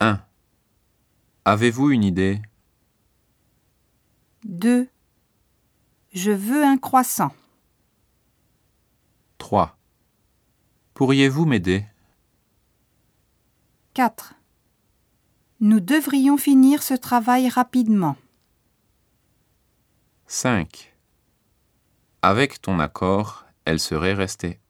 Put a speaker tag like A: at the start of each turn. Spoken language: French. A: 1. Avez-vous une idée
B: 2. Je veux un croissant.
A: 3. Pourriez-vous m'aider
B: 4. Nous devrions finir ce travail rapidement.
A: 5. Avec ton accord, elle serait restée.